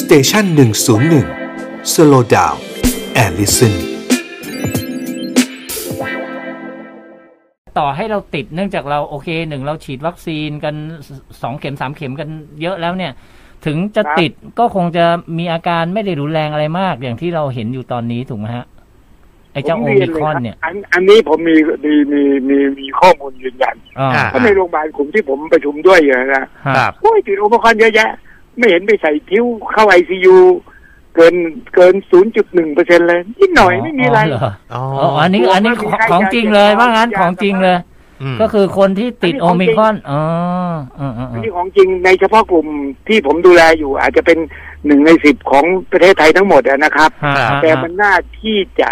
สเตชันหนึ่งศูนย์หนึ่งสโลดาวแอลลิสัน ต่อให้เราติดเนื่องจากเราโอเคหนึ่งเราฉีดวัคซีนกันสสองเข็มสามเข็มกันเยอะแล้วเนี่ย ถึงจะ ครับ ติดก็คงจะมีอาการไม่ได้รุนแรงอะไรมาก อย่างที่เราเห็นอยู่ตอนนี้ถูกไหมฮะ ไอ้เจ้า ผม โอ รี มิ ย ค ล รอน รับ เนี่ย อันอันนี้ผมมีมีมีมีมีข้อมูลยืนยัน อ่า อ่า เพราะในโรงพยาบาลผมที่ผมประชุมด้วยอยู่นะ ฮะ ครับ โอ้ยติดโอมครอนเยอะแยะ ไม่เห็นไปใส่ทิ้วเข้าไอซียูเกินเกินศูนย์จุดหนึ่งเปอร์เซ็นเลยนิดหน่อยไม่มีอะไร เหอ อ๋อ อ๋ออันนี้อันนี้ของของจริงเลย ว่างั้นของจริงเลย ม ก็คือคนที่ติดโอ อันนี้ของจริ มิคงรอนอ๋ออ่าอ่า อัน อ่า นี้ของจริงในเฉพาะกลุ่มที่ผมดูแลอยู่ อาจจะเป็นหนึ่งในสิบของประเทศไทยทั้งหมดอะนะครับ ฮะ ครับ ฮะ แต่ ฮะ มันน่าที่จะ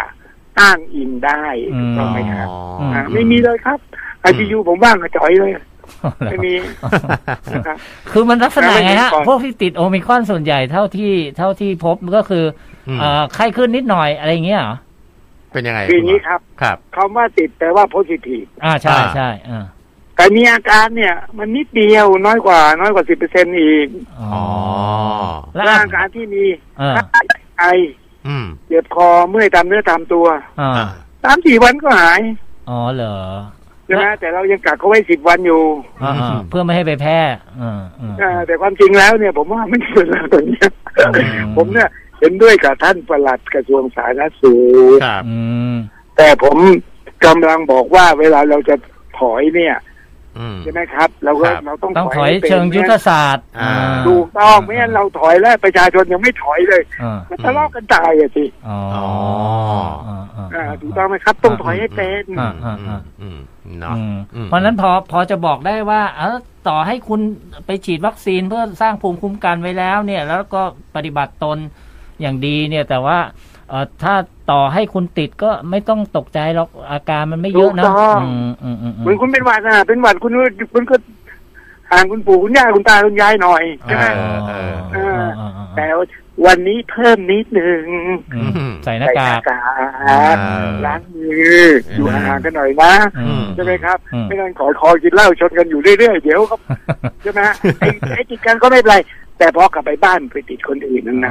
อ้างอิงได้ถูกต้องไหมครับ อ๋มออ่า อ่าไม่มีเลยครับไอซียูผมว่างกระจอยเลยไม่มีนะครับ คือมันลักษณะไงฮะ แล้วไม่มีก่อน พวกที่ติดโอมิครอนส่วนใหญ่เท่าที่เท่าที่พบก็คืออ ม เอ่อไข้ขึ้นนิดหน่อยอะไรอย่างเงี้ยเหรอ เป็นยังไง คืออย่างนี้ครับ ครับ คำว่าติดแปลว่าโพซิทีฟ อ่าใช่ อ่า ใช่อ่า แต่มีอาการเนี่ย มันนิดเดียวน้อยกว่า น้อยกว่าสิบเปอร์เซ็นต์อีก อ๋อ อ๋อ แล้ ร่างการที่มี เออ ไอ อืม เจ็บคอเมื่อยตามเนื้อตามตัว อ่า อ่า สามสี่วันก็หาย อ๋อเหรอ ใช่ไหมแต่เรายังกักเขาไว้สิบวันอยู่ อ่าอ่าเพื่อไม่ให้ไปแพร่อ่าอ่า เออแต่ความจริงแล้วเนี่ย ผมว่าไม่เป็นแล้วตอนเนี้ย ม ผมเนี่ยเห็นด้วยกับท่านประหลัดกระทรวงสาธารณสุข ครับ อืม แต่ผมกำลังบอกว่าเวลาเราจะถอยเนี่ย อืม ใช่ไหมครับ เราก็ ครับ เราต้อง ต้องถ ถ อ อย ยให้ป็น เชิงยุทธศาสตร์ อ่า ถูกต้องไม่งั้นเราถอยแล้วประชาชนยังไม่ถอยเลย อ่า มันทะเลาะกันตายอะสิ อ๋ออ๋ออ่าอ่า อ่าถูกต้องไหมครับต้องถอยให้เป็น อ่า อื อ่าม อ่า อืมเนาะ อืม อืม เพราะฉะนั้นพอพอจะบอกได้ว่าเออต่อให้คุณไปฉีดวัคซีนเพื่อสร้างภูมิคุ้มกันไว้แล้ว เนี่ย แล้วก็ปฏิบัติตนอย่างดีเนี่ย แต่ว่าเออถ้าต่อให้คุณติดก็ไม่ต้องตกใจหรอกอาการมันไม่เยอะนะ ถูกต้อง อืมอืมอืมอืมเหมือนคุณเป็นหวัดอ่ะเป็นหวัดคุณคุณก็ห่างคุณปู่คุณย่าคุณตาคุณยายหน่อยใช่ไหม เออ เออ อ่าอ่า แต่วันนี้เพิ่มนิดหนึ่ง อืมใส่หน้ากาก ใส่ห อ่ น้ากาก า ล้างมืออยู่ห่างๆกันหน่อยนะ อืม ใช่ไหมครับ อืม ไม่งั้นขอคอกินเหล้าชนกันอยู่เรื่อยๆเดี๋ยวก็ใช่ไหมฮะไอ้ไอ้ติดกันก็ไม่เป็นไร แต่พอกลับไปบ้านไปติดคนอื่นนั่นไง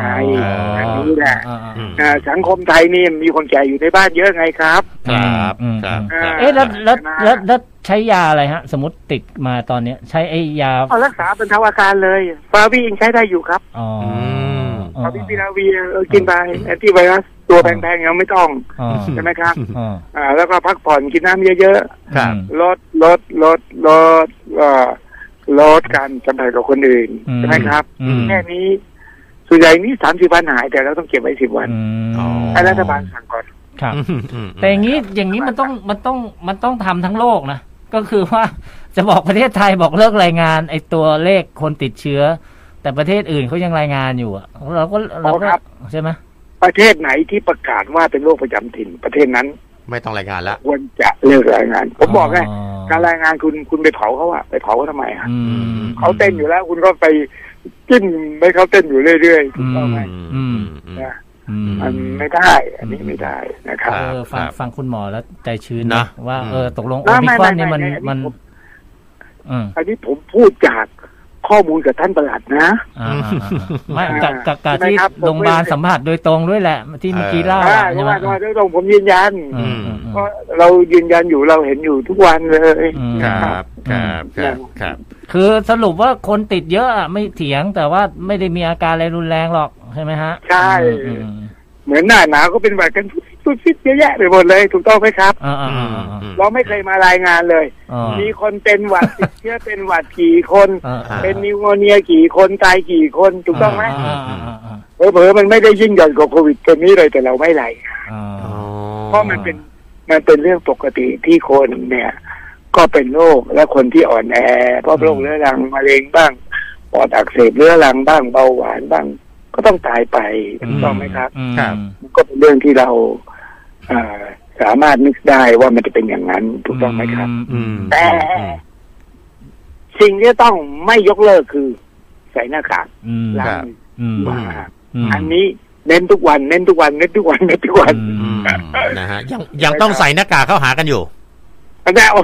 อันนี้แหละ อ่าอ่า อืม อ่าสังคมไทยนี่มีคนแก่อยู่ในบ้านเยอะไงครับ ครับ อืม ครับ อืม ครับ เอ๊ะแล้วแล้วแล้วแล้วใช้ยาอะไรฮะ สมมติติดมาตอนเนี้ย ใช้ไอ้ยา เอารักษาบรรเทาอาการเลยฟาวิยังใช้ได้อยู่ครับ อ๋ออ๋อ ฟาวิพิราเวียเออกินไปแอนตี้ไวรัสตัวแพงๆยังไม่ต้อง อ๋อ ใช่ไหมครับ อ๋อ อ่า แล้วก็พักผ่อนกินน้ำเยอะ ครับ ๆลดลดลดลดเอ่อลดการสัมผัสกับคนอื่นใช่ไหมครับ อืม แค่นี้ส่วนใหญ่นี่สามสิบวันหายแต่เราต้องเก็บไว้สิบวัน อืม อ๋อ ให้รัฐบาลสั่งก่อน ครับ อืมอืม แต่อย่างนี้อย่างนี้มันต้องมันต้องมันต้องทำทั้งโลกนะ ก็คือว่าจะบอกประเทศไทยบอกเลิกรายงานไอ้ตัวเลขคนติดเชื้อ แต่ประเทศอื่นเขายังรายงานอยู่อะเราก็เราก็ใช่ไหม ประเทศไหนที่ประกาศว่าเป็นโรคประจำถิ่น ประเทศนั้น ไม่ต้องรายงานละ ควรจะเลิกรายงาน ผมบอกไงการรายงานคุณคุณไปเผาเขาอะไปเผาเขาทำไมอะ อืม เขาเต้นอยู่แล้ว คุณก็ไปจิ้มให้เขาเต้นอยู่เรื่อยๆถูกต้องไหม อืม นะ อืม มันไม่ได้ อันนี้ไม่ได้นะครับ ครับ เออฟังฟังคุณหมอแล้วใจชื้น นะ นะว่า อืม เออตกลง ไม่ โอมิ ไม่ ครอนนี่มัน ไม่ไม่ มัน ผม อืม อันนี้ผมพูดจากข้อมูลกับท่านประหลัดนะ อ่าอ่าอ่าไม่ อ่า กับกับกับ ใช่ไหม ที่ ครับผม โรงพยาบาลสัมผัสโดยตรงด้วยแหละ ที่เมื่อกี้เล่า อ่า อะ เพ ใช่ ราะ ไหม ว่าโดยตรงผมยืนยัน อืมอืมอืม เพราะเรายืนยันอยู่เราเห็นอยู่ทุกวันเลย อืม ครับ ครับ ครับ ครับ คือสรุปว่าคนติดเยอะอะไม่เถียงแต่ว่าไม่ได้มีอาการอะไรรุนแรงหรอกใช่ไหมฮะ ใช่ อืมอืม เหมือนหน้าหนาวก็เป็นหวัดกันสุดฟิตเยอะแยะไปหมดเลย ถูกต้องไหมครับ อ่าอ่า อื อ่าม อ่า อืม เราไม่เคยมารายงานเลย อ่า มีคนเป็นหวัดติดเชื้อเป็นหวัดกี่คน อ่าอ่า เป็นนิวโมเนียกี่คนตายกี่คนถูกต้องไหม าาอ่าอ่า เผลอๆมันไม่ได้ยิ่งใหญ่กว่าโควิดตัวนี้เลยแต่เราไม่ไหล อ่า อ๋อ เพราะมันเป็นมันเป็นเรื่องปกติที่คนเนี่ย ก็เป็นโรคและคนที่อ่อนแอเพราะโรคเรื้อรังมะเร็งบ้างปอดอักเสบเรื้อรังบ้างเบาหวานบ้าง ก็ต้องตายไปถูกต้องไหมครับ อืม ครับ มันก็เป็นเรื่องที่เราอ่าสามารถนึกได้ว่ามันจะเป็นอย่างนั้นถูกต้องไหมครับ อืม แต่สิ่งที่ต้องไม่ยกเลิกคือใส่หน้ากาก อืม ล้างมือ อืม มา อืม อันนี้เน้นทุกวันเน้นทุกวันเน้นทุกวันเน้นทุกวัน อื อื ม ม นะฮะ ยัง ยังต้องใส่หน้ากากเข้าหากันอยู่ แม่โอ้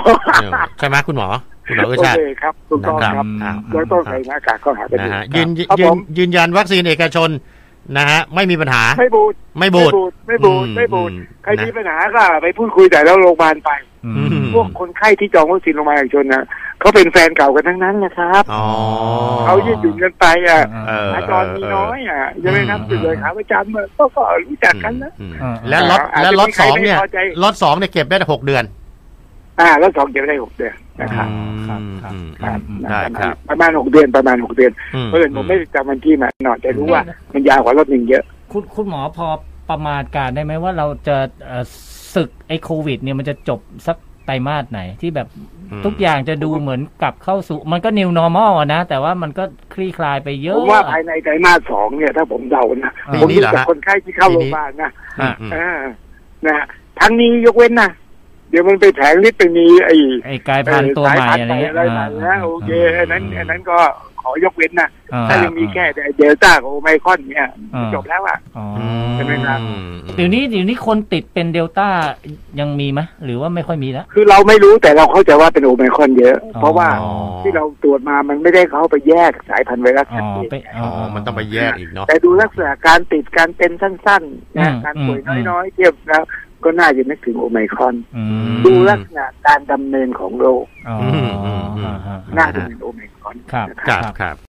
ใช่ไหมคุณหมอ คุณหมอ โอ เอชาติ เคครับถูกต้อง นะครับ ครับ อืม แล้วต้องใส่หน้ากากเข้าหากัน นะฮะ อ ยืน ครับคยืนรับผยืน ม ยืนยันวัคซีนเอกชนนะฮะไม่มีปัญหา ไม่บูด ไม่บูด ไม่บูดไม่บูด อืม ใครมี นะ ปัญหาก็ไปพูดคุยแต่แล้วโรงพยาบาลไป อืม พวกคนไข้ที่จองวัคซีนโรงพยาบาลเอกชนนะเขาเป็นแฟนเก่ากันทั้งนั้นนะครับ อ๋อ เขายืดหยุ่นกันไปอ่ะ เเ อาจารย์มีน้อยอ่ะใช่ไหมครับ อืม จุดเลยขาประจำอะก็ก็รู้จักกันนะ อืม อ่า แล้วล็อต อ่า แล้วล็อต อาจจะมี สองเนี่ย ใครไม่พอใจ ล็อตสองเนี่ยเก็บได้หกเดือน อ่า แล้วสองเก็บได้หกเดือนนะครับ อืมครับครับ อืม ครับอืมได้ครับ ประมาณหกเดือนประมาณหกเดือน อื เพื่อนผมไม่ได้จำวันที่มาหน่อยแต่รู้ว่า อืม มันยาวกว่ารถหนึ่งเยอะ คุณคุณหมอพอประมาณการได้ไหมว่าเราจะเอ่อศึกไอ้โควิด เนี่ยมันจะจบสักไตรมาสไหนที่แบบ ม ทุกอย่างจะดูเหมือนกลับเข้าสู่ มันก็ new normal อะนะ แต่ว่ามันก็คลี่คลายไปเยอะ ผมว่าภายในไตรมาสสองเนี่ย ถ้าผมเดานะ อ่า ผม ปีนี้ รู้ เหรอ จัก ฮะ คนไข้ที่เข้าโรงพยาบาลนะ อืมอืม เออนะฮะทั้งนี้ยกเว้นนะเดี๋ยวมันไปแผงลิดไปมีไอ้ ไอ้กลายพันธุ์ตัวใหม่อะไรเงี้ย สาพันธุ์อะไรนะโอเคอันนั้นอันนั้นก็ขอยกเว้นนะ อ่ ถ้ายังมีแค่เดลต้ากับโอไมครอนเนี่ย อ่า จบแล้วอ่ะ อ๋อ ใช่ไหมครับ เดี๋ยวนี้เดี๋ยวนี้คนติดเป็นเดลต้ายังมีไหมหรือว่าไม่ค่อยมีแล้ว คือเราไม่รู้แต่เราเข้าใจว่าเป็นโอไมครอนเยอะ อ๋อ เพราะว่า อ๋อ ที่เราตรวจมามันไม่ได้เข้าไปแยกสายพันธุ์ไวรัส อ๋ ชั อ ดเจน ไป อ๋อมันต้องไปแยกอีกเนาะ แต่ดูลักษณะการติดการเป็นสั้นๆนะการป่วยน้อยๆ เทียบแล้วก็น่าจะนึกถึงโอไมครอน อืม ดูลักษณะการดำเนินของโรค อ๋อ อืมอืมอืม อ่าฮะ น่าจะเป็นโอไมครอน ครับ นะ ครับครับ